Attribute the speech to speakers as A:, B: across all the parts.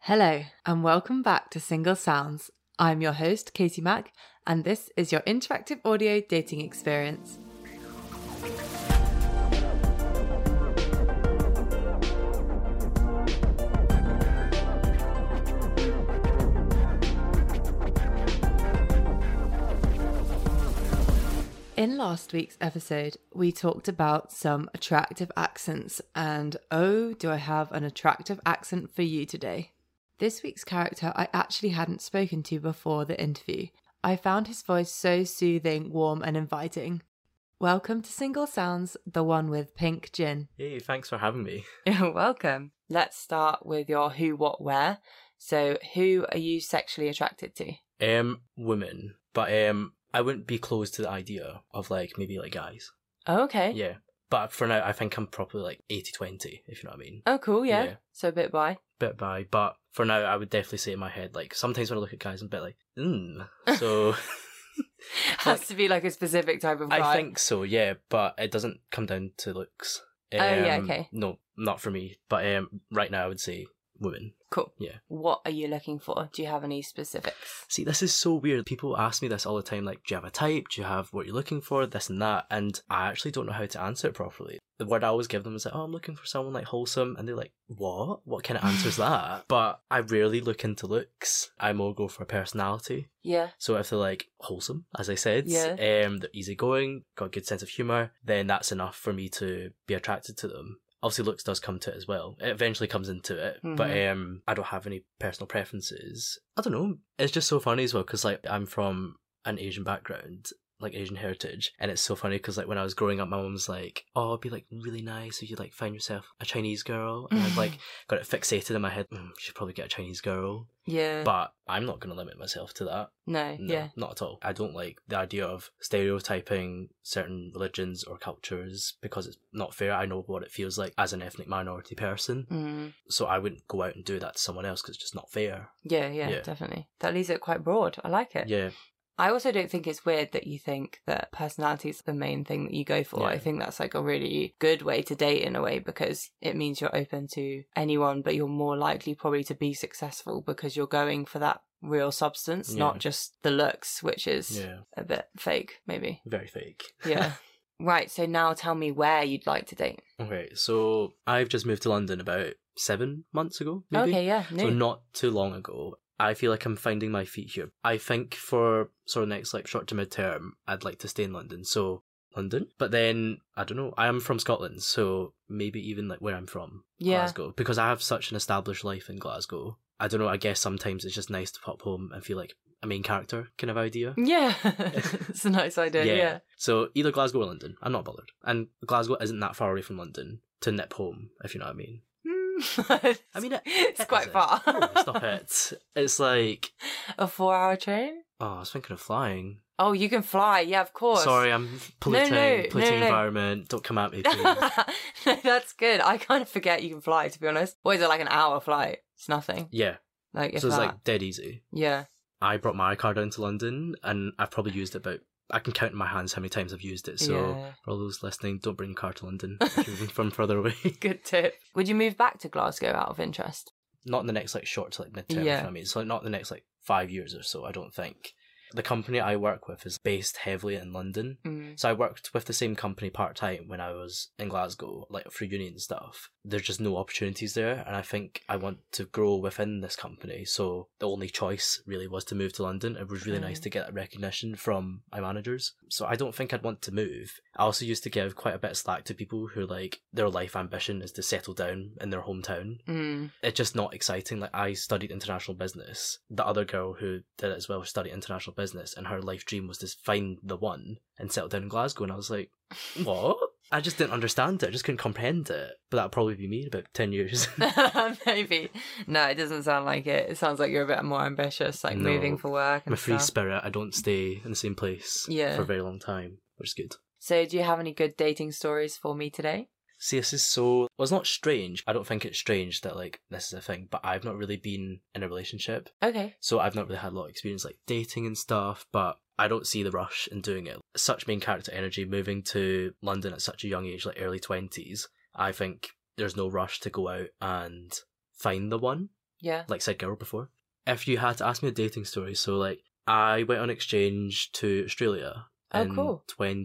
A: Hello, and welcome back to Single Sounds. I'm your host, Katie Mack, and this is your interactive audio dating experience. In last week's episode, we talked about some attractive accents, and oh, do I have an attractive accent for you today! This week's character I actually hadn't spoken to before the interview. I found his voice so soothing, warm, and inviting. Welcome to Single Sounds, the one with pink gin.
B: Hey, thanks for having me.
A: You're welcome. Let's start with your who, what, where. So, who are you sexually attracted to?
B: Um, women, but um, I wouldn't be closed to the idea of like maybe like guys.
A: Oh, Okay.
B: Yeah, but for now, I think I'm probably like 80-20, if you know what I mean.
A: Oh, cool. Yeah.
B: Yeah.
A: So a bit by.
B: Bit by, but for now, I would definitely say in my head like sometimes when I look at guys, I'm a bit like, mm. So
A: Has to be like a specific type of guy.
B: I think so, yeah, but it doesn't come down to looks. Um,
A: Oh, yeah, okay.
B: No, not for me. But um, right now, I would say women.
A: Cool.
B: Yeah.
A: What are you looking for? Do you have any specifics?
B: See, this is so weird. People ask me this all the time like, do you have a type? Do you have what you're looking for? This and that. And I actually don't know how to answer it properly. The word I always give them is like, oh, I'm looking for someone like wholesome. And they're like, what? What kind of answer's that? But I rarely look into looks. I more go for personality.
A: Yeah.
B: So if they're like wholesome, as I said,
A: Yeah.
B: um, they're easygoing, got a good sense of humour, then that's enough for me to be attracted to them. Obviously, looks does come to it as well. It eventually comes into it, but
A: Mm-hmm.
B: um, I don't have any personal preferences. I don't know. It's just so funny as well because like I'm from an Asian background, like Asian heritage, and it's so funny because like when I was growing up, my mum was like, "Oh, it'd be like really nice if you like find yourself a Chinese girl," and I've like got it fixated in my head. Mm, should probably get a Chinese girl,
A: Yeah.
B: but I'm not going to limit myself to that.
A: no,
B: No,
A: Yeah.
B: not at all. I don't like the idea of stereotyping certain religions or cultures because it's not fair. I know what it feels like as an ethnic minority person,
A: Mm.
B: so I wouldn't go out and do that to someone else because it's just not fair.
A: Yeah, yeah,
B: Yeah.
A: definitely. That leaves it quite broad. I like it.
B: Yeah,
A: I also don't think it's weird that you think that personality is the main thing that you go for.
B: Yeah.
A: I think that's like a really good way to date in a way because it means you're open to anyone, but you're more likely probably to be successful because you're going for that real substance,
B: Yeah.
A: not just the looks, which is
B: yeah,
A: a bit fake, maybe.
B: very fake.
A: Yeah. right. So now tell me where you'd like to date.
B: Okay, so I've just moved to London about seven months ago, maybe.
A: Okay. Yeah.
B: So
A: New.
B: not too long ago. I feel like I'm finding my feet here. I think for sort of next like short to mid term, I'd like to stay in London. So London. But then I don't know. I am from Scotland, so maybe even like where I'm from,
A: Yeah.
B: Glasgow. Because I have such an established life in Glasgow. I don't know, I guess sometimes it's just nice to pop home and feel like a main character kind of idea.
A: yeah. it's a nice idea. yeah.
B: So either Glasgow or London. I'm not bothered. And Glasgow isn't that far away from London to nip home, if you know what I mean.
A: I
B: I mean, it-
A: it's
B: Heck
A: quite
B: is it.
A: far.
B: Oh, stop it. It's like
A: A four-hour train?
B: Oh, I was thinking of flying.
A: Oh, you can fly. Yeah, of course.
B: Sorry, I'm polluting,
A: no, no,
B: polluting
A: no.
B: environment. Don't come at me, please.
A: no, that's good. I kind of forget you can fly. To be honest, what is it like an hour flight? It's nothing.
B: yeah,
A: Like if
B: so it's
A: that.
B: like dead easy.
A: yeah.
B: I brought my car down to London, and I've probably used it about. I can count in my hands how many times I've used it. So
A: Yeah.
B: for all those listening, don't bring your car to London if you're from further away.
A: Good tip. Would you move back to Glasgow out of interest?
B: not in the next like short to like midterm. if you know
A: Yeah.
B: what I mean, so like, not in the next like five years or so. I don't think the company I work with is based heavily in London.
A: Mm.
B: So I worked with the same company part time when I was in Glasgow, like for uni and stuff. There's just no opportunities there, and I think I want to grow within this company. So the only choice really was to move to London. It was really nice
A: Mm.
B: to get that recognition from my managers. So I don't think I'd want to move. I also used to give quite a bit of slack to people who like their life ambition is to settle down in their hometown
A: Mm.
B: it's just not exciting. Like I studied international business. The other girl who did it as well studied international business, and her life dream was to find the one and settle down in Glasgow. And I was like, what? I just didn't understand it. I just couldn't comprehend it. But that'll probably be me in about ten years.
A: Maybe. No, it doesn't sound like it. It sounds like you're a bit more ambitious, like
B: No.
A: moving for work.
B: I'm
A: And
B: a free
A: stuff.
B: spirit. I don't stay in the same place
A: Yeah.
B: for a very long time, which is good.
A: so, do you have any good dating stories for me today?
B: See, this is so. Well, it's not strange. I don't think it's strange that like this is a thing. But I've not really been in a relationship.
A: Okay.
B: So I've not really had a lot of experience like dating and stuff, but I don't see the rush in doing it. Such main character energy moving to London at such a young age, like early 20s, I think there's no rush to go out and find the one.
A: Yeah.
B: like said girl before. If you had to ask me a dating story, so like I went on exchange to Australia
A: Oh,
B: in
A: cool.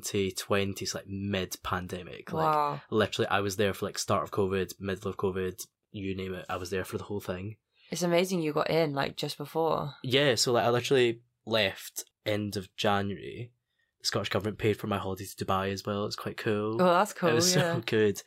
B: 2020, so like mid pandemic. Like
A: wow.
B: literally I was there for like start of COVID, middle of COVID, you name it, I was there for the whole thing.
A: It's amazing you got in like just before.
B: Yeah, so like I literally left end of January. The Scottish government paid for my holiday to Dubai as well. It's quite cool.
A: Oh, that's cool.
B: it was
A: yeah.
B: so good.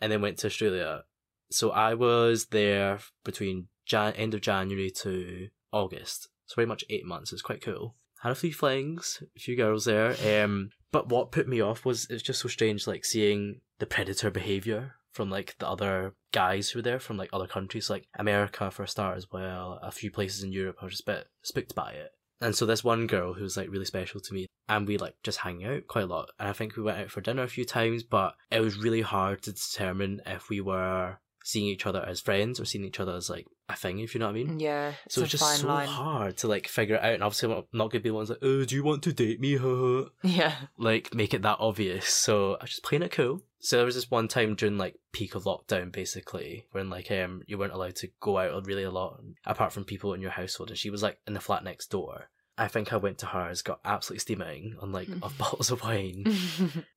B: And then went to Australia. So I was there between Jan- end of January to August. So pretty much eight months. It's quite cool. Had a few flings, a few girls there. Um, but what put me off was it was just so strange, like seeing the predator behavior from like the other guys who were there from like other countries, like America for a start as well. A few places in Europe, I was just a bit spooked by it. And so this one girl who was like really special to me, and we like just hang out quite a lot. And I think we went out for dinner a few times, but it was really hard to determine if we were seeing each other as friends or seeing each other as like a thing, if you know what I mean.
A: Yeah.
B: So it's
A: a
B: just
A: fine
B: so
A: line.
B: hard to like figure it out, and obviously I'm not gonna be the ones like, oh, do you want to date me? Haha."
A: Yeah.
B: like make it that obvious. So I was just playing it cool. So there was this one time during like peak of lockdown basically when like um you weren't allowed to go out really a lot apart from people in your household and she was like in the flat next door. I think I went to hers, got absolutely steaming on like a bottles of wine,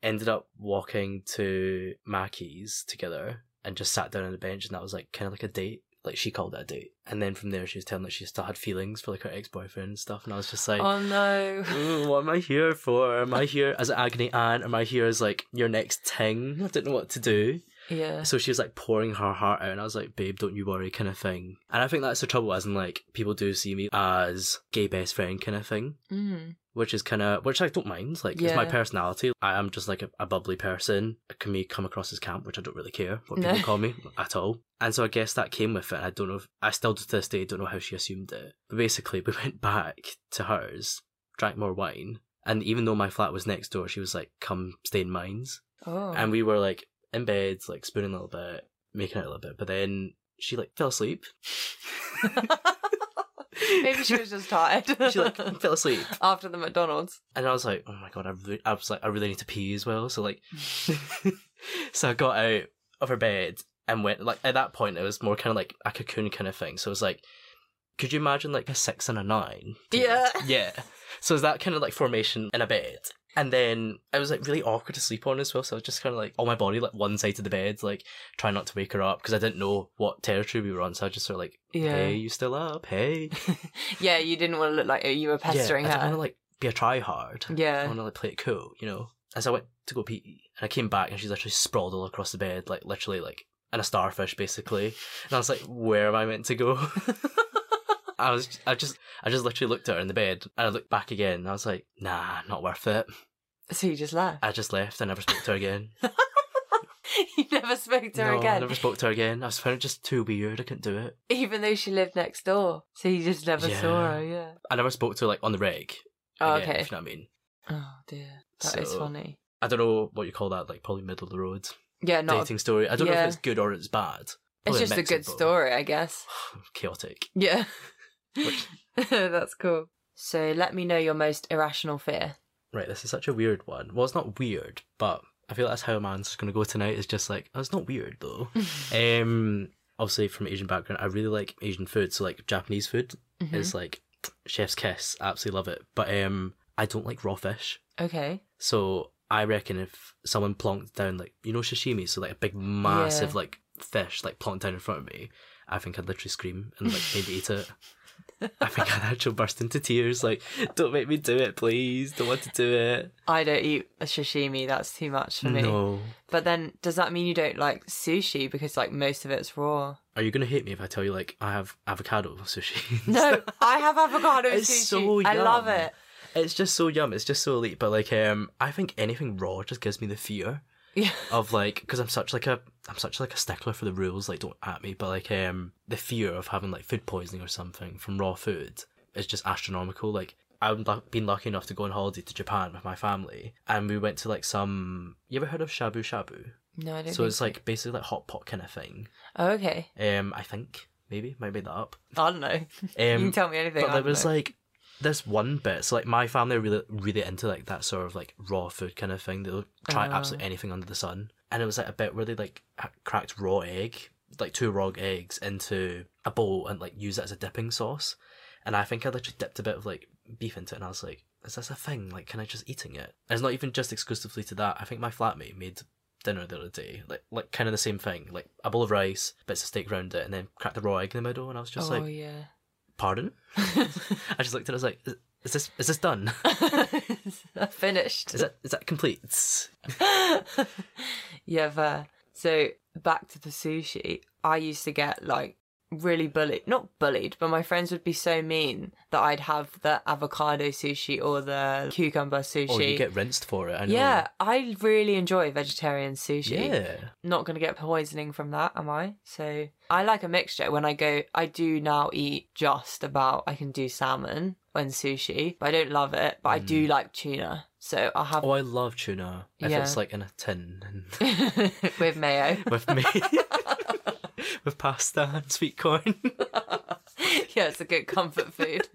B: ended up walking to Mackie's together and just sat down on a bench and that was like kind of like a date. Like she called it a date. And then from there she was telling that she still had feelings for like her ex boyfriend and stuff and I was just like
A: oh no.
B: "Ooh, what am I here for? Am I here as an agony aunt? Am I here as like your next ting? I don't know what to do.
A: Yeah.
B: So she was like pouring her heart out, and I was like, babe, don't you worry, kind of thing. And I think that's the trouble, as in like people do see me as gay best friend, kind of thing,
A: Mm.
B: which is kind of which I don't mind. Like it's my
A: Yeah.
B: personality. I am just like a, a bubbly person. I can me come across as camp, which I don't really care what
A: No.
B: people call me at all. And so I guess that came with it. I don't know. If, I still to this day don't know how she assumed it. But basically, we went back to hers, drank more wine, and even though my flat was next door, she was like, "Come stay in mine's."
A: Oh.
B: And we were like in bed, like spooning a little bit, making out a little bit, but then she like fell asleep.
A: Maybe she was just tired.
B: she like fell asleep,
A: After the McDonald's.
B: and I was like, oh my god, I, really, I was like, I really need to pee as well. So like, so I got out of her bed and went like at that point it was more kind of like a cocoon kind of thing. So it was like, could you imagine like a six and a nine?
A: Yeah.
B: Yeah. So it was that kind of like formation in a bed. And then I was like really awkward to sleep on as well. So I was just kind of like on my body, like one side of the bed, like trying not to wake her up because I didn't know what territory we were on. So I just sort of like,
A: Yeah.
B: hey, you still up? Hey.
A: Yeah, you didn't want to look like you were pestering
B: yeah, I want
A: her.
B: to like be a try hard. I
A: yeah.
B: want to like play it cool, you know? As I went to go pee and I came back and she's literally sprawled all across the bed, like literally like in a starfish basically. And I was like, where am I meant to go? I was, I just, I just literally looked at her in the bed and I looked back again and I was like, nah, not worth it.
A: So you just left.
B: I just left. I never spoke to her again.
A: you never spoke to her
B: no, I
A: again,
B: never spoke to her again. I was found it just too weird. I couldn't do it.
A: even though she lived next door. So you just never saw
B: Yeah.
A: her. Yeah.
B: I never spoke to her like on the reg.
A: Oh,
B: again,
A: okay.
B: If you know what I mean.
A: Oh dear, that is
B: So,
A: funny.
B: I don't know what you call that. Like probably middle of the road
A: Yeah, not.
B: dating story. I don't know
A: yeah.
B: if it's good or it's bad.
A: it's
B: probably
A: just a
B: mix of
A: good
B: both.
A: story, I guess.
B: Chaotic.
A: Yeah.
B: Which-
A: That's cool. So let me know your most irrational fear.
B: Right, this is such a weird one. Well, it's not weird, but I feel that's how my answer's going to go tonight. It's just like, oh, it's not weird though. um, obviously, from Asian background, I really like Asian food. So, like, Japanese food
A: Mhm.
B: is like chef's kiss. Absolutely love it. But um, I don't like raw fish.
A: Okay.
B: So, I reckon if someone plonked down, like, you know, sashimi, so like a big, massive,
A: Yeah.
B: like, fish, like, plonked down in front of me, I think I'd literally scream and, like, maybe eat it. I think I'd actually burst into tears. Like, don't make me do it, please. Don't want to do it.
A: I don't eat a sashimi. That's too much for me.
B: No.
A: But then, does that mean you don't like sushi because like most of it's raw?
B: Are you gonna hate me if I tell you like I have avocado sushi?
A: No, I have avocado
B: It's
A: sushi.
B: so
A: I love
B: yum.
A: it.
B: it's just so yum. It's just so elite. But like, um, I think anything raw just gives me the fear
A: Yeah.
B: of like, because I'm such like a, I'm such like a stickler for the rules. Like, don't at me. But like, um, the fear of having like food poisoning or something from raw food is just astronomical. Like. I've lu- been lucky enough to go on holiday to Japan with my family, and we went to like some. You ever heard of shabu shabu?
A: No, I don't.
B: So
A: think
B: it's like basically like hot pot kind of thing.
A: Oh, okay.
B: Um, I think maybe might make that up.
A: I don't know. you
B: Um,
A: can tell me anything.
B: But
A: I
B: there
A: don't
B: was
A: know.
B: like this one bit. So like my family are really really into like that sort of like raw food kind of thing. They'll try
A: Ah.
B: absolutely anything under the sun. And it was like a bit where they like ha- cracked raw egg, like two raw eggs into a a bowl and like use it as a dipping sauce. And I think I literally dipped a bit of like beef into it, and I was like, "Is this a thing? Like, can I just eating it?" And it's not even just exclusively to that. I think my flatmate made dinner the other day, like like kind of the same thing, like a bowl of rice, bits of steak round it, and then cracked a raw egg in the middle. And I was just
A: oh
B: like,
A: yeah.
B: "Pardon?" I just looked at it. I was like, "Is- "Is this is this done?
A: Finished.
B: Is that is that complete?"
A: yeah, fair. So back to the sushi. I used to get like really bullied, not bullied, but my friends would be so mean that I'd have the avocado sushi or the cucumber sushi.
B: Or Oh, you get rinsed for it. I know.
A: yeah, I really enjoy vegetarian sushi.
B: Yeah.
A: Not going to get poisoning from that, am I? So I like a mixture. When I go, I do now eat just about, I can do salmon and sushi, but I don't love it, but I do
B: Mm.
A: like tuna. So I'll have
B: Oh, I love tuna. If
A: Yeah.
B: it's like in a tin and Oh.
A: with mayo.
B: with me with pasta and sweet corn.
A: yeah, it's a good comfort food.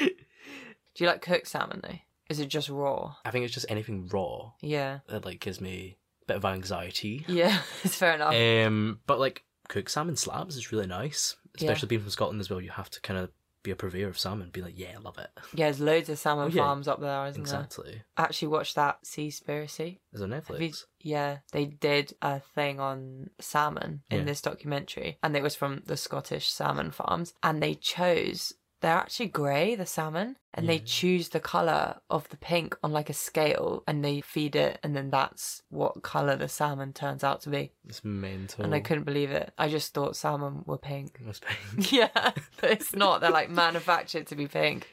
A: Do you like cooked salmon though? Is it just raw?
B: I think it's just anything raw
A: Yeah.
B: that like gives me a bit of anxiety.
A: Yeah, it's fair enough.
B: Um, but like cooked salmon slabs is really nice,
A: Yeah.
B: especially being from Scotland as well. You have to kind of be a purveyor of salmon, be like, yeah, I love it.
A: yeah, there's loads of salmon
B: Oh, yeah.
A: farms up there, isn't there?
B: Exactly.
A: I actually watched that Seaspiracy.
B: Is on
A: Have you-
B: Netflix.
A: Yeah, they did a thing on salmon in
B: Yeah.
A: this documentary, and it was from the Scottish salmon farms, and they chose. They're actually grey, the salmon, and they
B: Yeah.
A: choose the colour of the pink on like a scale and they feed it, and then that's what colour the salmon turns out to be.
B: It's mental.
A: And I couldn't believe it. I just thought salmon were pink.
B: It's pain.
A: yeah, but it's not. They're like manufactured to be pink.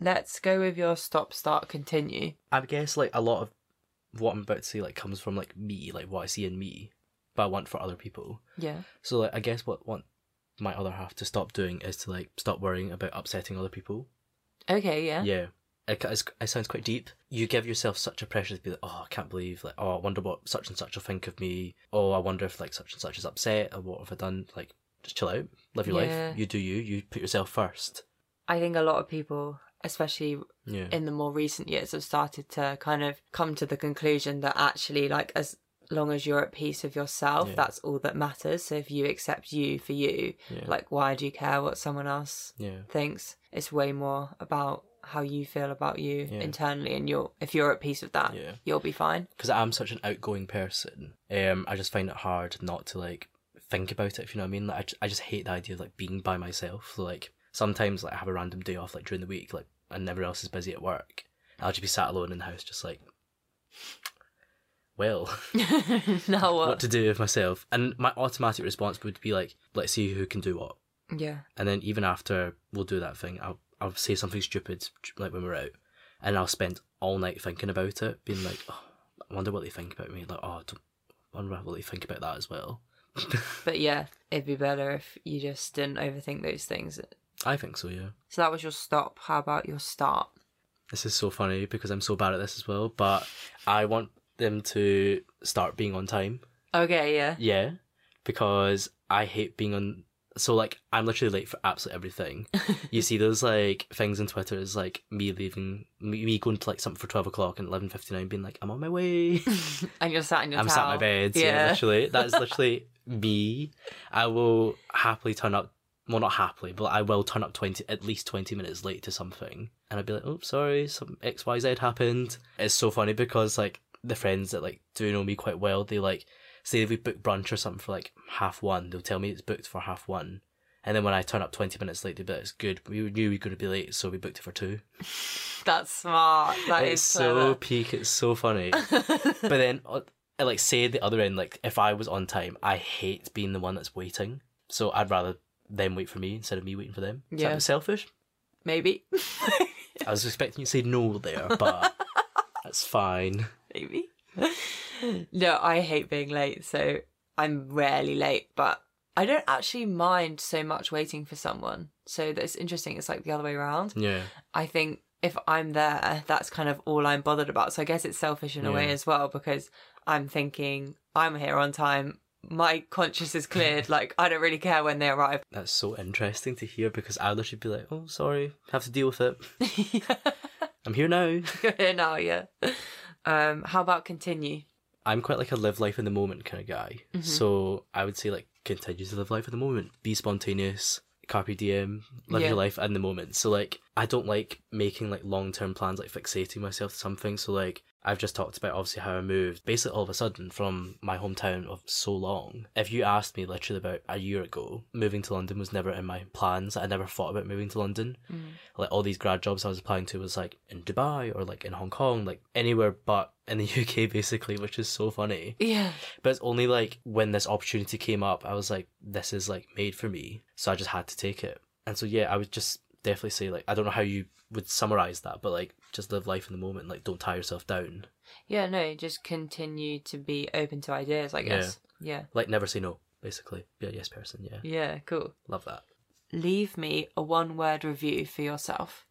A: Let's go with your stop, start, continue.
B: I guess like a lot of what I'm about to say like comes from like me, like what I see in me, but I want for other people.
A: Yeah.
B: So like I guess what what my other half to stop doing is to like stop worrying about upsetting other people.
A: Okay, yeah.
B: Yeah. It, it, it sounds quite deep. You give yourself such a pressure to be like, oh, I can't believe, like, oh, I wonder what such and such will think of me. Oh, I wonder if like such and such is upset or what have I done. Like, just chill out, live your
A: Yeah.
B: life. You do you. You put yourself first.
A: I think a lot of people, especially
B: Yeah.
A: in the more recent years, have started to kind of come to the conclusion that actually, like, as long as you're at peace with yourself,
B: Yeah.
A: that's all that matters. So if you accept you for you,
B: yeah.
A: like, why do you care what someone else
B: yeah.
A: thinks it's way more about how you feel about you
B: Yeah.
A: internally and you're if you're at peace with that
B: Yeah.
A: you'll be fine
B: Because I'm such an outgoing person. Um, I just find it hard not to like think about it. If you know what I mean. Like, I, ju- I just hate the idea of like being by myself. So, like sometimes like I have a random day off like during the week, like and everyone else is busy at work. I'll just be sat alone in the house, just like, well,
A: now what,
B: what to do with myself. And my automatic response would be like, let's see who can do what.
A: yeah
B: And then even after we'll do that thing, I'll I'll say something stupid like when we're out, and I'll spend all night thinking about it, being like, oh, I wonder what they think about me. Like, oh, I don't- I wonder what they think about that as well.
A: but yeah it'd be better if you just didn't overthink those things
B: I think so, yeah.
A: so that was your stop how about your start
B: This is so funny because I'm so bad at this as well, but I want them to start being on time.
A: okay yeah
B: Yeah, because I hate being on. So like, I'm literally late for absolutely everything. you see those like things on Twitter is like me leaving, me, me going to like something for twelve o'clock and eleven fifty nine, being like, I'm on my way.
A: and you're sat in your
B: I'm sat in my
A: towel.
B: bed. Yeah,
A: Yeah.
B: literally. That is literally me. I will happily turn up. Well, not happily, but I will turn up twenty at least twenty minutes late to something, and I'd be like, "Oh, sorry, some X Y Z happened." It's so funny because like the friends that like do know me quite well, they like say if we book brunch or something for like half one, they'll tell me it's booked for half one, and then when I turn up twenty minutes late, they'll be like, "It's good. We knew we were going to be late, so we booked it for two.
A: that's smart That is
B: it's so peak. It's so funny
A: clever.
B: but then uh, I, like say the other end like if i was on time i hate being the one that's waiting so i'd rather them wait for me instead of me waiting for them Is that
A: Yeah.
B: a bit selfish
A: maybe
B: i was expecting you to say no there but that's fine
A: maybe. no, I hate being late, so I'm rarely late, but I don't actually mind so much waiting for someone. So that's interesting. It's like the other way around.
B: yeah
A: I think if I'm there, that's kind of all I'm bothered about. So I guess it's selfish in a way
B: Yeah.
A: as well because I'm thinking I'm here on time. My conscience is cleared. like I don't really care when they arrive.
B: that's so interesting to hear because i literally be like oh sorry have to deal with it i'm here now
A: Good now, yeah. Um, how about continue?
B: i'm quite like a live life in the moment kind of guy so i would say like continue to live life in the moment, be spontaneous, carpe diem, live
A: Yeah.
B: your life in the moment. So like, I don't like making like long term plans, like fixating myself to something. So like, I've just talked about obviously how I moved, basically all of a sudden from my hometown of so long. If you asked me literally about a year ago, moving to London was never in my plans. I never thought about moving to London
A: Mm.
B: like all these grad jobs I was applying to was like in Dubai or like in Hong Kong, like anywhere but in the UK basically, which is so funny.
A: Yeah.
B: But it's only like when this opportunity came up, I was like, this is like made for me. So I just had to take it. And so yeah, I would just definitely say like I don't know how you would summarize that, but like just live life in the moment, like don't tie yourself down.
A: Yeah, no, just continue to be open to ideas, I
B: Yeah.
A: guess. Yeah.
B: Like never say no, basically. Be a yes person, yeah.
A: Yeah, cool.
B: Love that.
A: Leave me a one word review for yourself.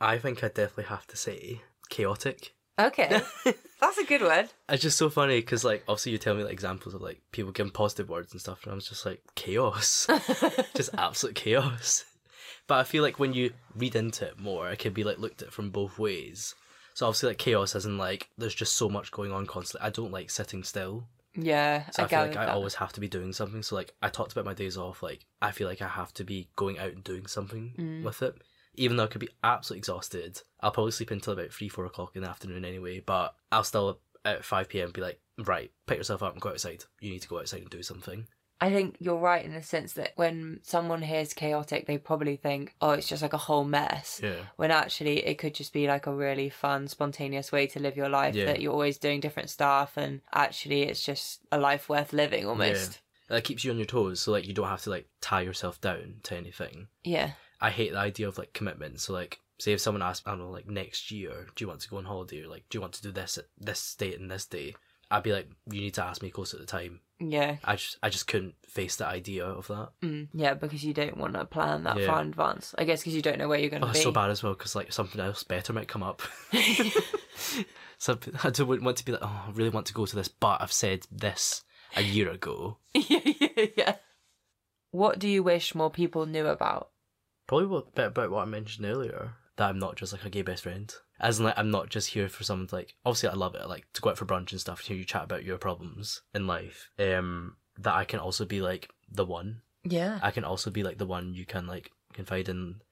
B: I think I definitely have to say chaotic.
A: Okay. That's a good word.
B: It's just so funny because, like, obviously, you tell me like examples of like people giving positive words and stuff, and I was just like chaos, just absolute chaos. But I feel like when you read into it more, it can be like looked at from both ways. So obviously, like chaos, as in like there's just so much going on constantly. I don't like sitting still,
A: Yeah,
B: so I,
A: I,
B: feel
A: gathered
B: like I
A: that.
B: always have to be doing something. So like I talked about my days off, like I feel like I have to be going out and doing something
A: Mm.
B: with it, even though I could be absolutely exhausted. I'll probably sleep until about three, four o'clock in the afternoon anyway. But I'll still at five pm be like, right, pick yourself up and go outside. You need to go outside and do something.
A: I think you're right in the sense that when someone hears chaotic, they probably think, oh, it's just like a whole mess.
B: Yeah,
A: When actually, it could just be like a really fun, spontaneous way to live your life
B: Yeah.
A: that you're always doing different stuff, and actually, it's just a life worth living almost.
B: that keeps you on your toes, so like you don't have to like tie yourself down to anything.
A: Yeah.
B: I hate the idea of like commitment. So like, say if someone asks, I don't know, like next year, do you want to go on holiday or like, do you want to do this at this date and this day? I'd be like, you need to ask me close at the time.
A: Yeah.
B: I just, I just couldn't face the idea of that.
A: Mm. Yeah, because you don't want to plan that
B: Yeah.
A: far in advance. I guess because you don't know where you're going to
B: Oh,
A: be.
B: it's so bad as well because like something else better might come up. so I just wouldn't want to be like, oh, I really want to go to this, but I've said this a year ago.
A: yeah, yeah, yeah. What do you wish more people knew about?
B: Probably what, bit about what I mentioned earlier that I'm not just like a gay best friend. As in, like, I'm not just here for someone to, like, obviously, I love it, like, to go out for brunch and stuff, to hear you chat about your problems in life. Um, that I can also be, like, the one.
A: Yeah.
B: I can also be, like, the one you can, like, confide in,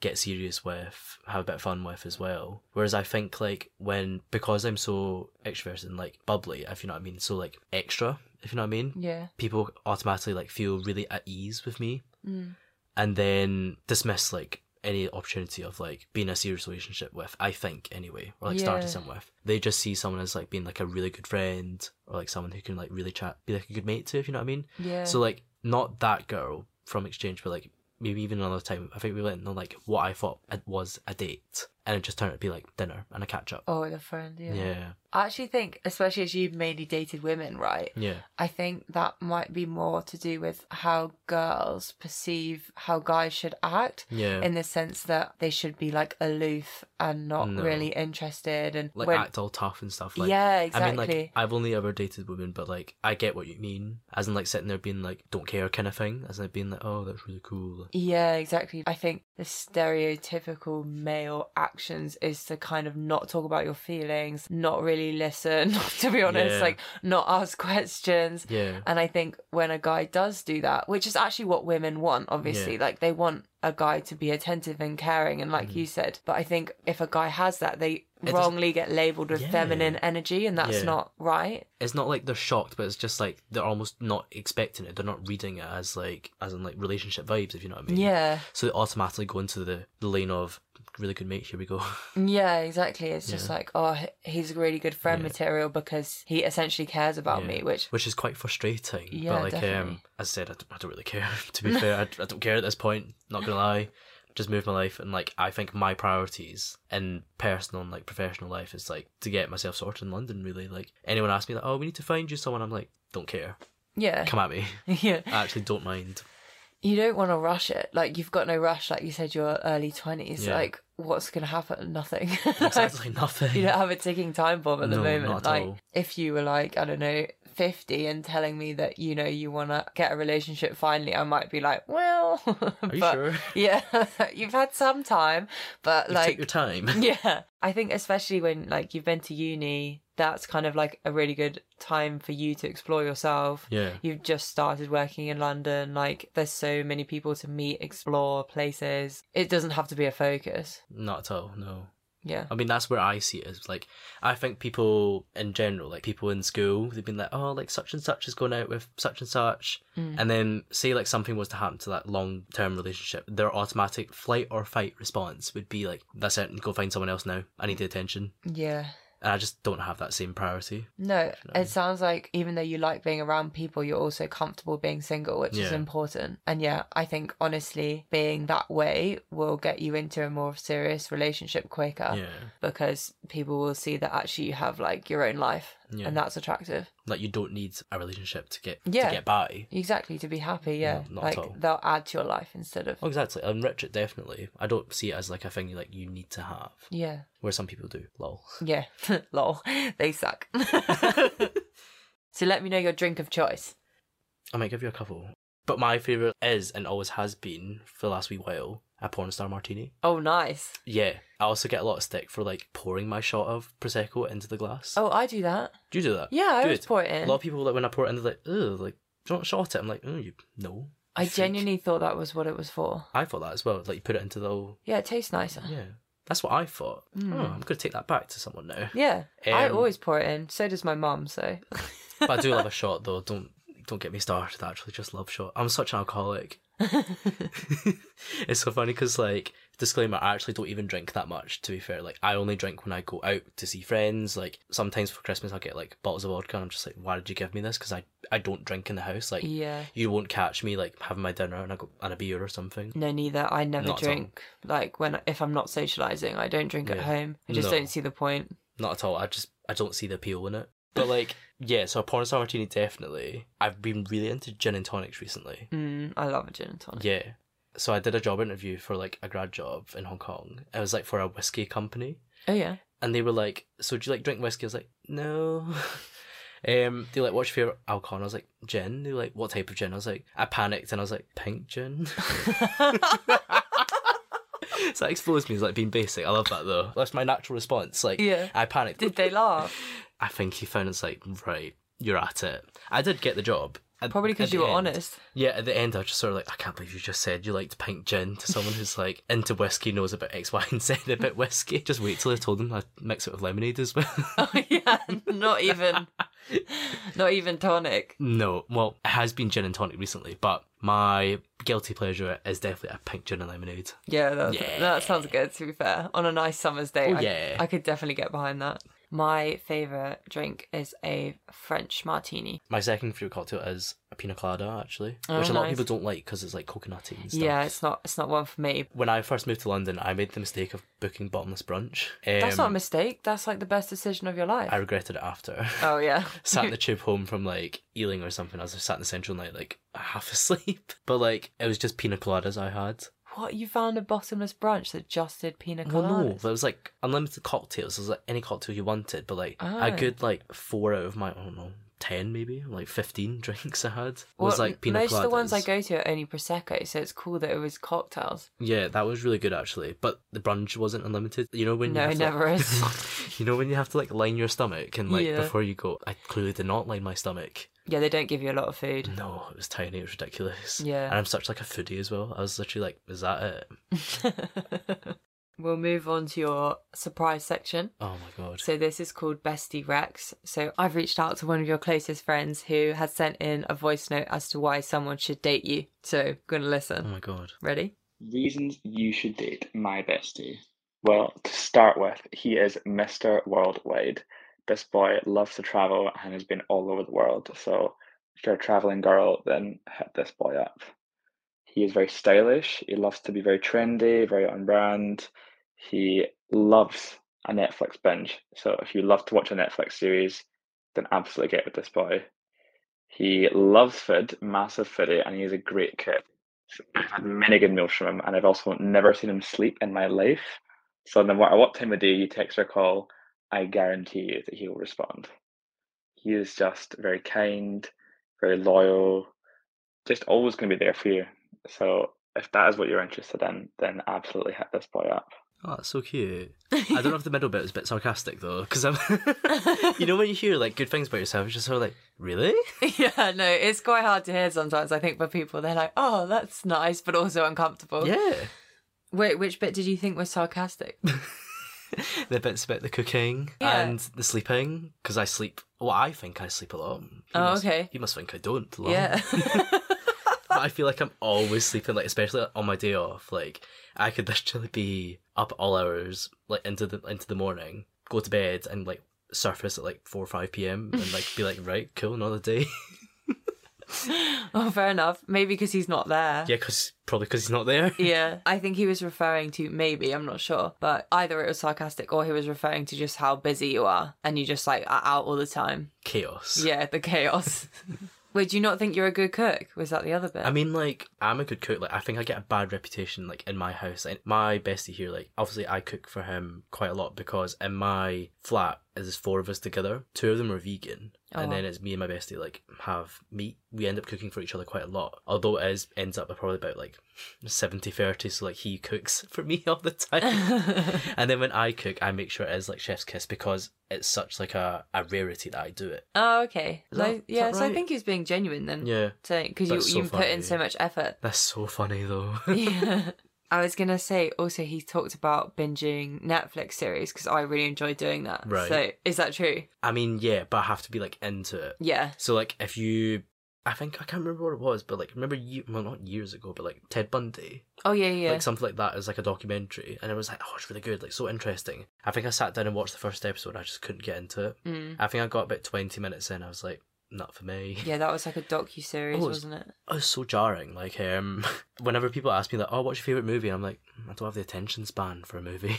B: get serious with, have a bit of fun with as well. Whereas I think, like, when, because I'm so extroverted and, like, bubbly, if you know what I mean, so, like, extra, if you know what I mean,
A: Yeah.
B: people automatically, like, feel really at ease with me
A: Mm.
B: and then dismiss like any opportunity of like being a serious relationship with i think anyway or like starting
A: Yeah.
B: something with they just see someone as like being like a really good friend or like someone who can like really chat be like a good mate to if you know what i mean
A: Yeah.
B: so like not that girl from exchange but like maybe even another time i think we went on like what i thought it was a date and it just turned out to be like dinner and a catch up
A: oh, the friend.
B: yeah yeah,
A: I actually think, especially as you've mainly dated women, right? I think that might be more to do with how girls perceive how guys should act.
B: Yeah.
A: In the sense that they should be like aloof and not
B: No.
A: really interested and
B: like
A: when-
B: act all tough and stuff like
A: yeah,
B: I
A: exactly.
B: mean, like, I've only ever dated women, but like, I get what you mean. As in, like, sitting there being like, don't care kind of thing. As in, like, being like, oh, that's really cool.
A: Yeah, exactly. I think the stereotypical male actions is to kind of not talk about your feelings, not really listen, to be honest,
B: Yeah.
A: like not ask questions.
B: Yeah.
A: And I think when a guy does do that, which is actually what women want, obviously, like they want a guy to be attentive and caring, and like you said, but I think if a guy has that, they
B: Mm. doesn't-
A: wrongly get labeled with
B: Yeah.
A: feminine energy, and that's
B: Yeah.
A: not right.
B: It's not like they're shocked, but it's just like, they're almost not expecting it. They're not reading it as like, as in like relationship vibes, if you know what I mean.
A: Yeah.
B: So they automatically go into the, the lane of, really good mate, here we go.
A: Yeah, exactly. It's just
B: Yeah.
A: like, oh, h- he's a really good friend
B: Yeah.
A: material because he essentially cares about
B: Yeah.
A: me, which
B: Which is quite frustrating.
A: Yeah,
B: but like,
A: definitely.
B: um, as I said, I don't, I don't really care, to be fair. I, I don't care at this point, not gonna lie. Just move my life, and like, I think my priorities in personal and like professional life is like to get myself sorted in London, really. Like, anyone asks me, like, oh, we need to find you someone, I'm like, don't care.
A: yeah,
B: Come at me.
A: yeah.
B: I actually don't mind.
A: You don't want to rush it. Like you've got no rush. Like you said, your early twenties.
B: Yeah.
A: Like what's gonna happen? Nothing.
B: Exactly nothing.
A: you don't have a ticking time bomb at the
B: No,
A: moment.
B: not at
A: like
B: all.
A: if you were like, I don't know, at 50 and telling me that, you know, you want to get a relationship finally, I might be like, well.
B: Are you
A: but-
B: sure?
A: Yeah, you've had some time, but
B: You
A: like.
B: took your time.
A: yeah i think especially when like you've been to uni that's kind of like a really good time for you to explore yourself
B: yeah.
A: you've just started working in london like there's so many people to meet explore places it doesn't have to be a focus
B: Not at all, no.
A: yeah
B: I mean, that's where I see it as like, I think people in general, like people in school, they've been like, oh, like such and such is going out with such and such.
A: Mm.
B: And then, say, like something was to happen to that long term relationship, their automatic flight or fight response would be like, that's it, go find someone else now. I need the attention.
A: yeah
B: And I just don't have that same priority.
A: no
B: Definitely.
A: it sounds like even though you like being around people you're also comfortable being single which is
B: Yeah.
A: important and yeah i think honestly being that way will get you into a more serious relationship quicker
B: yeah.
A: because people will see that actually you have like your own life
B: Yeah.
A: and that's attractive
B: like, you don't need a relationship to get,
A: Yeah.
B: to get by.
A: exactly to be happy yeah
B: No, not at
A: like
B: all.
A: they'll add to your life instead of
B: Oh, exactly. Enrich it, definitely. I don't see it as like a thing like you need to have,
A: yeah
B: where some people do. Lol.
A: yeah lol they suck so let me know your drink of choice
B: I might give you a couple. But my favourite is and always has been for the last wee while a porn star martini.
A: oh nice
B: Yeah. I also get a lot of stick for like pouring my shot of Prosecco into the glass.
A: oh i do that
B: Do you do that?
A: yeah i always
B: Good.
A: pour it in
B: A lot of people like when I pour it in they're like, ugh, like do you want to shot it? I'm like, oh you no.
A: i
B: you freak."
A: genuinely thought that was what it was for
B: I thought that as well. Like you put it into the old
A: yeah it tastes nicer
B: Yeah. That's what I thought.
A: Mm.
B: Oh, I'm gonna take that back to someone now.
A: yeah i
B: Um,
A: always pour it in so does my mum so
B: But I do love a shot though, don't don't get me started. I actually just love shot. I'm such an alcoholic. it's so funny because like disclaimer i actually don't even drink that much to be fair like i only drink when i go out to see friends like sometimes for christmas i'll get like bottles of vodka and i'm just like why did you give me this because i i don't drink in the house like
A: yeah
B: you won't catch me like having my dinner and, I go, and a beer or something
A: No, neither. I never
B: Not at all.
A: drink. Like when if I'm not socializing, I don't drink at
B: Yeah.
A: home. I just
B: No.
A: don't see the point.
B: not at all i just i don't see the appeal in it but like yeah so a porn star martini definitely i've been really into gin and tonics recently
A: Mm, I love a gin and tonic.
B: yeah so i did a job interview for like a grad job in hong kong it was like for a whiskey company
A: Oh yeah.
B: and they were like, "So do you like drink whiskey?" I was like, "No." um, they were like, "What's your favorite alcohol?" And I was like, "Gin." They were like, "What type of gin?" I was like, I panicked and I was like, "Pink gin." so that exposed me as like being basic. I love that though. That's my natural response. Like,
A: Yeah.
B: I panicked.
A: Did they laugh?
B: I think he found it's like right, you're at it. I did get the job. At-
A: Probably
B: at
A: because
B: the
A: you were
B: end.
A: honest.
B: Yeah, at the end, I was just sort of like, I can't believe you just said you liked pink gin to someone who's like into whiskey, knows about X, Y, and Z about whiskey. Just wait till I told them I mix it with lemonade as well.
A: Oh yeah. Not even. not even tonic.
B: No, well, it has been gin and tonic recently, but my guilty pleasure is definitely a pink gin and lemonade.
A: Yeah, that's,
B: Yeah.
A: that sounds good. To be fair, on a nice summer's day,
B: Oh,
A: I,
B: yeah.
A: I could definitely get behind that. My favorite drink is a French martini.
B: My second fruit cocktail is a pina colada, actually,
A: Oh,
B: which a lot
A: nice.
B: of people don't like because it's like coconutty and stuff.
A: Yeah, it's not it's not one for me.
B: When I first moved to London, I made the mistake of booking bottomless brunch. Um,
A: That's not a mistake. That's like the best decision of your life.
B: I regretted it after.
A: Oh yeah.
B: sat in the tube home from like Ealing or something. I was just sat in the central night, like half asleep. But like, it was just pina coladas I had.
A: What you found a bottomless brunch that just did pina
B: Well, no,
A: coladas?
B: but it was like unlimited cocktails. It was like any cocktail you wanted, but like
A: Ah.
B: a good like four out of my I don't know ten maybe like fifteen drinks I had
A: Well,
B: was like pina
A: most of the ones I
B: coladas.
A: go to are only prosecco, so it's cool that it was cocktails.
B: Yeah, that was really good actually. But the brunch wasn't unlimited. You know when
A: No,
B: you
A: it
B: have to,
A: never is.
B: you know when you have to like line your stomach and like
A: Yeah.
B: before you go. I clearly did not line my stomach.
A: yeah, they don't give you a lot of food.
B: No, it was tiny. It was ridiculous.
A: Yeah.
B: and I'm such like a foodie as well. I was literally like, is that it?
A: we'll move on to your surprise section.
B: Oh my god.
A: So this is called Bestie Rex. So I've reached out to one of your closest friends who has sent in a voice note as to why someone should date you. So gonna
B: Oh
A: listen.
B: my god.
A: Ready?
C: Reasons you should date my bestie. Well, to start with, he is Mr. Worldwide. This boy loves to travel and has been all over the world. So, if you're a traveling girl, then hit this boy up. He is very stylish. He loves to be very trendy, very on brand. He loves a Netflix binge. So, if you love to watch a Netflix series, then absolutely get with this boy. He loves food, massive foodie, and he is a great cook. I've had many good meals from him, and I've also never seen him sleep in my life. So no matter what time of day you text or call, I guarantee you that he will respond. He is just very kind, very loyal, just always going to be there for you. So if that is what you're interested in, then absolutely hit this boy up.
B: Oh, that's so cute. I don't know if the middle bit was a bit sarcastic though, because I'm. you know when you hear like good things about yourself, it's just sort of like, really?
A: yeah, no, it's quite hard to hear sometimes. I think for people, they're like, "Oh, that's nice," but also uncomfortable.
B: Yeah.
A: Wait, which bit did you think was sarcastic?
B: The bits about the cooking
A: Yeah.
B: and the sleeping, because I sleep. Well, I think I sleep a lot. He
A: Oh,
B: must-
A: okay.
B: He must think I don't. a lot.
A: yeah.
B: But I feel like I'm always sleeping, like especially on my day off. Like I could literally be up all hours, like into the into the morning, go to bed, and like surface at like four or five p.m. and like be like, right, cool, another day.
A: oh, fair enough. Maybe because he's not there.
B: yeah, because probably because he's not there.
A: Yeah. I think he was referring to maybe, I'm not sure, but either it was sarcastic or he was referring to just how busy you are and you just like are out all the time.
B: Chaos.
A: Yeah, the chaos. Wait, do you not think you're a good cook? Was that the other bit?
B: I mean, like, I'm a good cook. Like, I think I get a bad reputation, like, in my house. And my bestie here, like, obviously, I cook for him quite a lot because in my flat, there's four of us together. Two of them are vegan.
A: Oh.
B: And then it's me and my bestie, like, have meat. We end up cooking for each other quite a lot. Although it is, ends up probably about, like, 70 30. So, like, he cooks for me all the time. and then when I cook, I make sure it is, like, chef's kiss because it's such, like, a, a rarity that I do it.
A: oh, okay.
B: Is that-
A: Like,
B: is
A: yeah,
B: that
A: so I
B: right?
A: think he was being genuine then.
B: Yeah.
A: Because you,
B: That's so
A: you put in
B: funny.
A: so much effort.
B: That's so funny, though.
A: yeah. I was gonna say also he talked about binging Netflix series because I really enjoy doing that.
B: Right.
A: So is that true?
B: I mean, yeah, but I have to be, like, into it.
A: Yeah.
B: So like if you I think I can't remember what it was, but like remember you well not years ago, but like Ted Bundy.
A: Oh yeah, yeah.
B: Like something like that is like a documentary and it was like, oh it's really good, like so interesting. I think I sat down and watched the first episode and I just couldn't get into it.
A: Mm.
B: I think I got about twenty minutes in, I was like, not for me.
A: Yeah, that was like a docu series,
B: Oh, it's-
A: wasn't it?
B: It was so jarring. Like, um whenever people ask me like, Oh, what's your favourite movie? I'm like, "Mm, I don't have the attention span for a movie.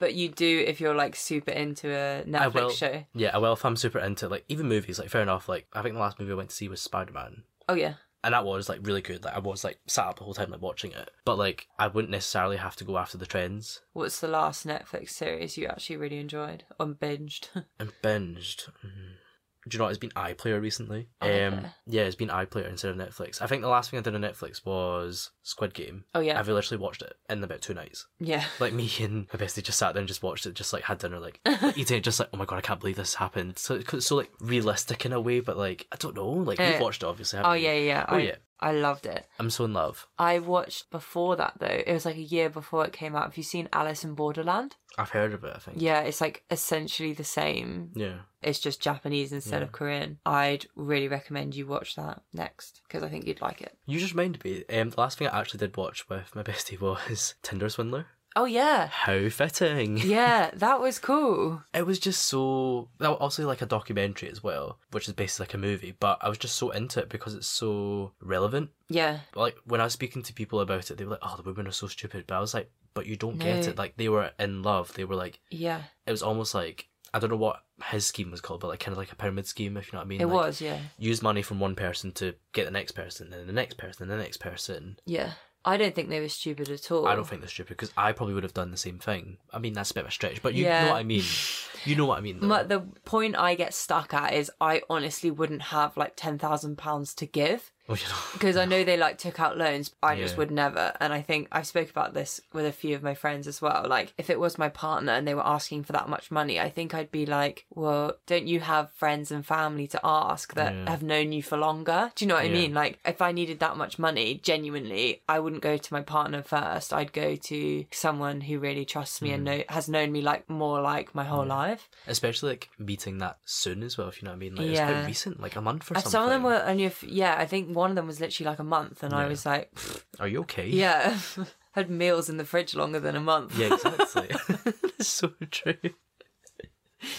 A: but you do if you're like super into a
B: I
A: Netflix
B: will
A: show.
B: Yeah, well if I'm super into it, like even movies, like fair enough, like I think the last movie I went to see was Spider Man.
A: Oh yeah.
B: and that was like really good. Like I was like sat up the whole time like watching it, but like I wouldn't necessarily have to go after the trends
A: What's the last Netflix series you actually really enjoyed or binged?
B: and binged. Mm. Do you know what? It's been iPlayer recently.
A: Oh, Okay.
B: Um, yeah, it's been iPlayer instead of Netflix. I think the last thing I did on Netflix was Squid Game.
A: oh yeah.
B: I've literally watched it in about two nights.
A: Yeah.
B: Like me and my bestie just sat there and just watched it, just like had dinner, like eating it, just like oh my god, I can't believe this happened. So it's so like realistic in a way, but like I don't know. Like
A: Eh.
B: you've watched it, obviously. Haven't
A: Oh
B: you?
A: yeah, yeah.
B: Oh
A: I,
B: yeah.
A: I loved it.
B: I'm so in love.
A: I watched before that though. It was like a year before it came out. Have you seen Alice in Borderland?
B: I've heard of it. I think.
A: Yeah, it's like essentially the same.
B: Yeah.
A: It's just Japanese instead
B: Yeah.
A: of Korean. I'd really recommend you watch that next because I think you'd like it.
B: You just reminded me. Um, the last thing I actually did watch with my bestie was Tinder Swindler.
A: Oh yeah.
B: How fitting!
A: Yeah, that was cool.
B: It was just so. that was Also, like a documentary as well, which is basically like a movie. But I was just so into it because it's so relevant.
A: Yeah.
B: Like when I was speaking to people about it, they were like, "Oh, the women are so stupid," but I was like, "But you don't get
A: No.
B: it." Like they were in love. They were like,
A: Yeah.
B: it was almost like I don't know what his scheme was called, but like kind of like a pyramid scheme, if you know what I mean.
A: It
B: like,
A: was, yeah.
B: Use money from one person to get the next person, and the next person, and the next person.
A: Yeah. I don't think they were stupid at all.
B: I don't think that's stupid because I probably would have done the same thing. I mean, that's a bit of a stretch, but you
A: Yeah.
B: know what I mean. You know what I mean. Though.
A: But the point I get stuck at is I honestly wouldn't have like £10,000 to give
B: Oh, you know.
A: because I know they like took out loans. But I just
B: Yeah.
A: would never. And I think I spoke about this with a few of my friends as well. Like, if it was my partner and they were asking for that much money, I think I'd be like, well, don't you have friends and family to ask that
B: Yeah.
A: have known you for longer? Do you know what I
B: Yeah.
A: mean? Like, if I needed that much money, genuinely, I wouldn't go to my partner first. I'd go to someone who really trusts me and
B: Hmm.
A: know, has known me like more like my whole life.
B: Especially like meeting that soon as well, if you know what I mean. Like, It's
A: Yeah.
B: quite recent, like a month or
A: Uh,
B: something.
A: Some of them were only, a f- yeah, I think one of them was literally like a month, and I
B: Yeah.
A: was like,
B: Are you okay?
A: yeah, had meals in the fridge longer than a month.
B: Yeah, exactly. that's so true.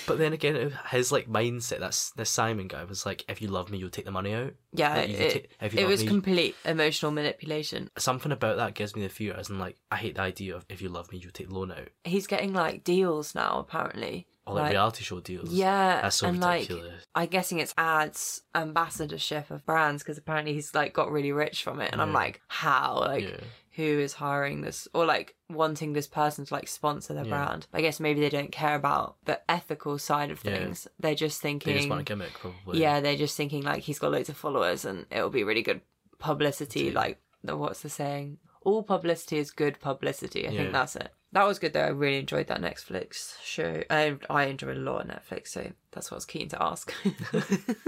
B: But then again, his like mindset. That's the Simon guy was like, "If you love me, you'll take the money out."
A: Yeah,
B: Like, you
A: Uh, it,
B: take- if you
A: it
B: love
A: was
B: me-
A: complete emotional manipulation.
B: Something about that gives me the fear, as in like, I hate the idea of if you love me, you'll take the loan out,
A: He's getting like deals now, apparently.
B: or like,
A: Like-
B: reality show deals.
A: Yeah,
B: that's so
A: and like,
B: ridiculous.
A: I'm guessing it's ads ambassadorship of brands because apparently he's like got really rich from it, and I'm
B: Yeah.
A: like, how? Like,
B: yeah.
A: who is hiring this or like wanting this person to like sponsor their
B: Yeah.
A: brand. I guess maybe they don't care about the ethical side of
B: Yeah.
A: things. They're just thinking
B: They just want a gimmick, probably.
A: yeah, they're just thinking like he's got loads of followers and it'll be really good publicity.
B: Publicity.
A: Like the, what's the saying? All publicity is good publicity. I
B: Yeah.
A: think that's it. That was good though. I really enjoyed that Netflix show. I I enjoyed a lot of Netflix, so that's what I was keen to ask.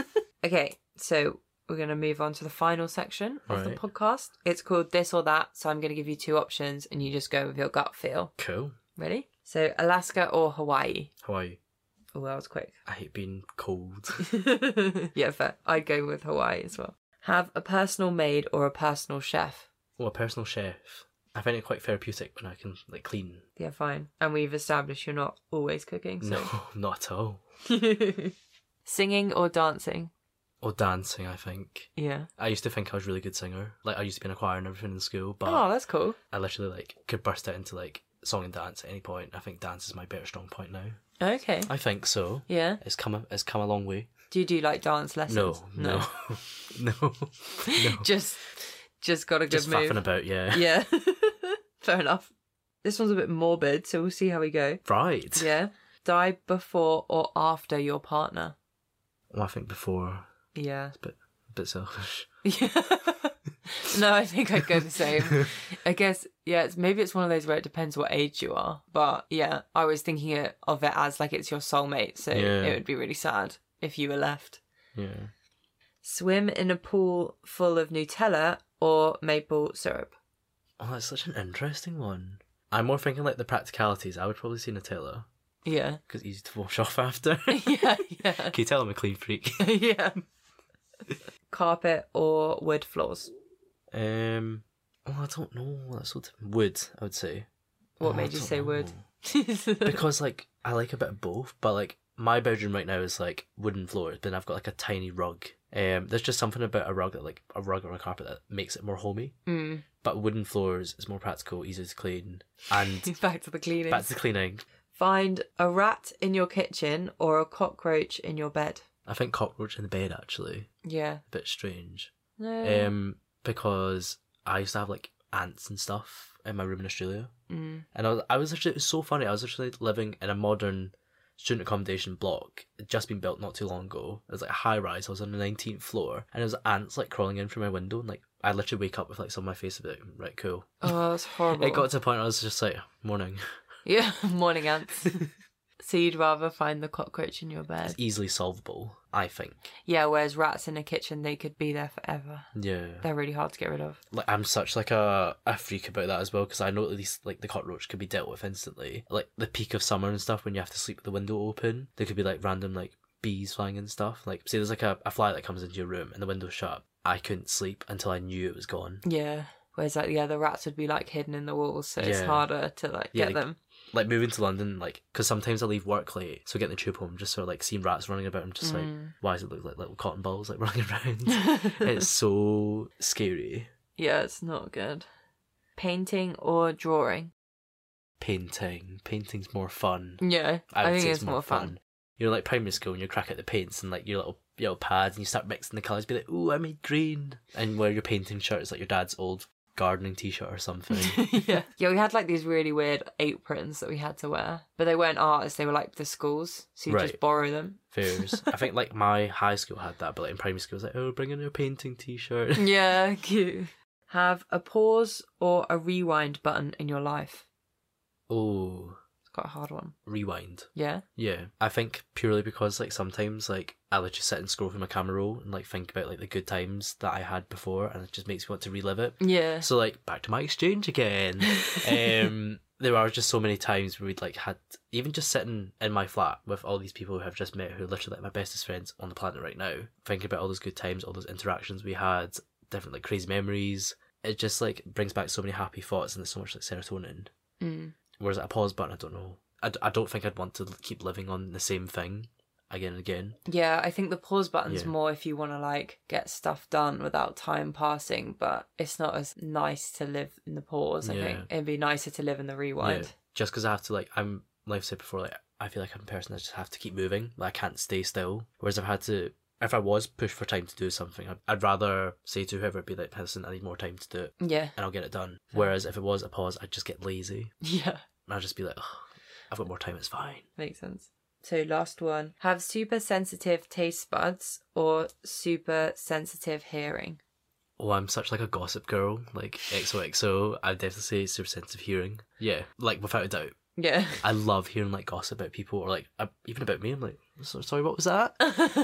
A: okay, so we're gonna move on to the final section of the
B: Right.
A: podcast. It's called this or that. So I'm gonna give you two options and you just go with your gut feel.
B: Cool.
A: Ready? So Alaska or Hawaii?
B: How are you?
A: Oh, that was quick.
B: I hate being cold.
A: yeah, fair. I'd go with Hawaii as well. Have a personal maid or a personal chef.
B: Well, a personal chef. I find it quite therapeutic when I can like clean.
A: Yeah, fine. And we've established you're not always cooking. So.
B: No, not at all.
A: Singing or dancing?
B: Or dancing, I think.
A: Yeah.
B: I used to think I was a really good singer. Like I used to be in a choir and everything in school, but
A: oh, that's cool.
B: I literally like could burst out into like song and dance at any point. I think dance is my better strong point now.
A: Okay.
B: I think so.
A: Yeah.
B: It's come a, it's come a long way.
A: Do you do like dance lessons?
B: No, no, no, no.
A: just, just got a good
B: Just
A: move.
B: faffing about, yeah.
A: Yeah. fair enough. This one's a bit morbid, so we'll see how we go.
B: Right.
A: Yeah. Die before or after your partner.
B: Well, I think before
A: Yeah.
B: it's a bit a bit selfish.
A: Yeah. no, I think I'd go the same. I guess, yeah, it's, maybe it's one of those where it depends what age you are. But yeah, I was thinking it, of it as like it's your soulmate. So
B: Yeah.
A: it would be really sad if you were left.
B: yeah.
A: Swim in a pool full of Nutella or maple syrup.
B: Oh, that's such an interesting one. I'm more thinking like the practicalities. I would probably see Nutella
A: Yeah.
B: because easy to wash off after. Can
A: yeah. Yeah.
B: you tell I'm a clean freak?
A: yeah. Carpet or wood floors.
B: Um, oh, I don't know. That's what wood. I would say.
A: What
B: Oh, I
A: made you
B: don't
A: say wood?
B: know. because like I like a bit of both, but like my bedroom right now is like wooden floors, but I've got like a tiny rug. Um, there's just something about a rug that like a rug or a carpet that makes it more homey.
A: Mm.
B: But wooden floors is more practical, easier to clean, and
A: Back to the cleaning.
B: back to cleaning.
A: Find a rat in your kitchen or a cockroach in your bed.
B: I think cockroach in the bed actually
A: Yeah.
B: a bit strange.
A: No.
B: Um, because I used to have like ants and stuff in my room in Australia,
A: Mm.
B: and I was I was actually it was so funny. I was actually living in a modern student accommodation block, it'd just been built not too long ago. It was like a high rise. I was on the nineteenth floor, and there was ants like crawling in through my window, and like I literally wake up with like some on my face, a bit right cool.
A: Oh, that's horrible.
B: It got to a point where I was just like morning.
A: Yeah, morning ants. so you'd rather find the cockroach in your
B: It's
A: bed.
B: easily solvable, I think.
A: Yeah, whereas rats in a kitchen, they could be there forever.
B: Yeah.
A: They're really hard to get rid of.
B: like I'm such like a, a freak about that as well because I know at least like the cockroach could be dealt with instantly. Like the peak of summer and stuff when you have to sleep with the window open, there could be like random like bees flying and stuff. Like say there's like a, a fly that comes into your room and the window's shut. I couldn't sleep until I knew it was gone.
A: Yeah. Whereas like yeah, the rats would be like hidden in the walls, so it's
B: Yeah.
A: harder to like
B: Yeah,
A: get
B: they-
A: them.
B: Like moving to London, like because sometimes I leave work late, so getting the tube home just sort of like seeing rats running about. I'm just
A: Mm.
B: like, why does it look like little cotton balls like running around? it's so scary.
A: yeah, it's not good. Painting or drawing?
B: Painting, painting's more fun.
A: Yeah, I,
B: would
A: think
B: say
A: it's, more fun.
B: You're like primary school and you crack at the paints and like your little your little pads and you start mixing the colours, be like, ooh, I made green and wear your painting shirt, it's like your dad's old gardening t shirt or something.
A: yeah. Yeah, we had like these really weird aprons that we had to wear, but they weren't artists, they were like the schools, so you just
B: Right.
A: borrow them.
B: Fairs. I think like my high school had that, but like in primary school it was like, oh bring in your painting t shirt.
A: Yeah, cute. Have a pause or a rewind button in your life.
B: oh
A: It's quite a hard one.
B: rewind.
A: Yeah.
B: Yeah. I think purely because like sometimes like I literally sit and scroll through my camera roll and like think about like the good times that I had before and it just makes me want to relive it.
A: Yeah.
B: So like back to my exchange again. um there are just so many times where we'd like had even just sitting in my flat with all these people who I've just met who are literally like my bestest friends on the planet right now, thinking about all those good times, all those interactions we had, different like crazy memories. It just like brings back so many happy thoughts and there's so much like serotonin.
A: Mm.
B: Whereas at a pause button, I don't know. I, d- I don't think I'd want to keep living on the same thing again and again.
A: Yeah, I think the pause button's
B: Yeah.
A: more if you want to like get stuff done without time passing, but it's not as nice to live in the pause, I
B: Yeah.
A: think. It'd be nicer to live in the rewind.
B: Yeah, just because I have to like I'm like I said before, like I feel like I'm a person that just have to keep moving. Like I can't stay still. Whereas I've had to if I was pushed for time to do something, I'd, I'd rather say to whoever, be like, listen, I need more time to do it
A: Yeah.
B: and I'll get it done. Whereas if it was a pause, I'd just get lazy
A: Yeah.
B: and I'd just be like, oh, I've got more time, it's fine.
A: Makes sense. So, last one. Have super sensitive taste buds or super sensitive hearing?
B: Oh, I'm such like a gossip girl, like XOXO. I'd definitely say super sensitive hearing. Yeah, like without a doubt.
A: Yeah.
B: I love hearing like gossip about people or like uh, even about me. I'm like, so, sorry, what was that?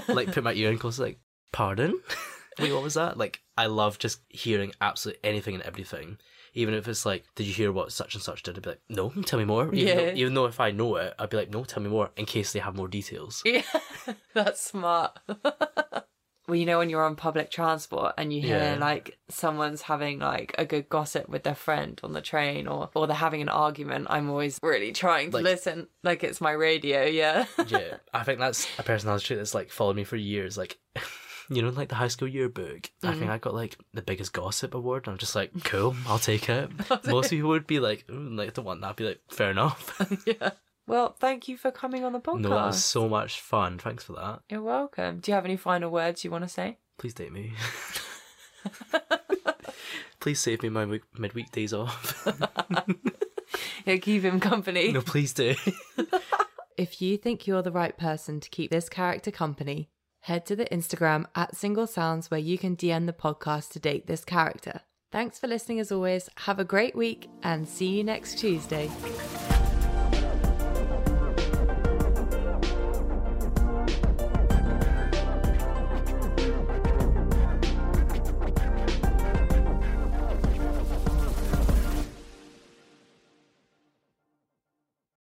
B: like put my ear in close, like, pardon? Wait, what was that? Like, I love just hearing absolutely anything and everything. Even if it's like, did you hear what such and such did? I'd be like, no, tell me more. Even,
A: Yeah.
B: though, even though if I know it, I'd be like, no, tell me more in case they have more details.
A: Yeah, that's smart. well, you know, when you're on public transport and you hear
B: Yeah.
A: like someone's having like a good gossip with their friend on the train or, or they're having an argument, I'm always really trying to
B: Like-
A: listen. Like it's my radio, yeah.
B: yeah, I think that's a personality trait that's like followed me for years. Like, you know, like the high school yearbook. I think I got like the biggest gossip award. And I'm just like, cool, I'll take it. Most people would be like, "Ooh, like, I don't want that. I'd be like, fair enough.
A: yeah. Well, thank you for coming on the podcast.
B: no, that was so much fun. Thanks for that.
A: You're welcome. Do you have any final words you want to say?
B: Please date me. please save me my week- midweek days off.
A: Yeah, keep him company.
B: no, please do.
A: If you think you're the right person to keep this character company, head to the Instagram at Single Sounds where you can DM the podcast to date this character. Thanks for listening as always. Have a great week and see you next Tuesday.